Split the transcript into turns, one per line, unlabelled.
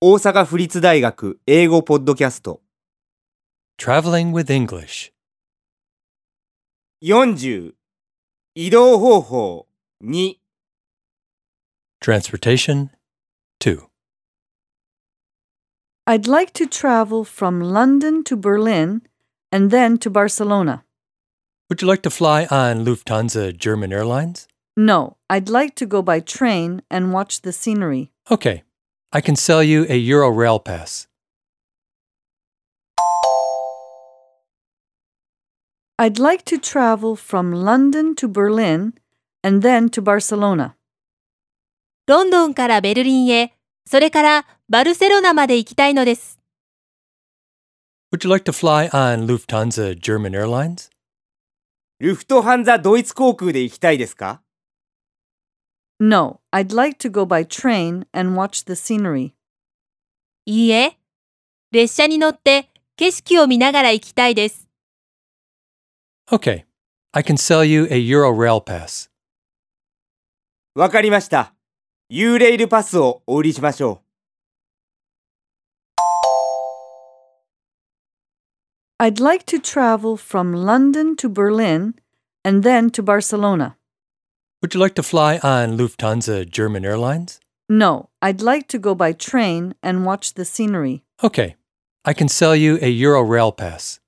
大阪府立大学英語ポッドキャスト
Traveling with English.
40移動方法2
Transportation 2.
I'd like to travel from London to Berlin and then to Barcelona.
Would you like to fly on Lufthansa German Airlines?
No, I'd like to go by train and watch the scenery.
Okay. I can sell you a Eurorail pass.
I'd like to travel from London to Berlin and then to Barcelona.
ロンドンからベルリンへ、それからバルセロナまで行きたいのです。
Would you like to fly on Lufthansa German Airlines?
ルフトハンザドイツ航空で行きたいですか
No, I'd like to go by train and watch the scenery.
いいえ、列車に乗って景色を見ながら行きたいです。
Okay. I can sell you a Eurorail pass.
わかりました。ユーレイルパスをお売りしましょ
I'd like to travel from London to Berlin and then to Barcelona.
Would you like to fly on Lufthansa German Airlines?
No, I'd like to go by train and watch the scenery.
Okay. I can sell you a Eurorail pass.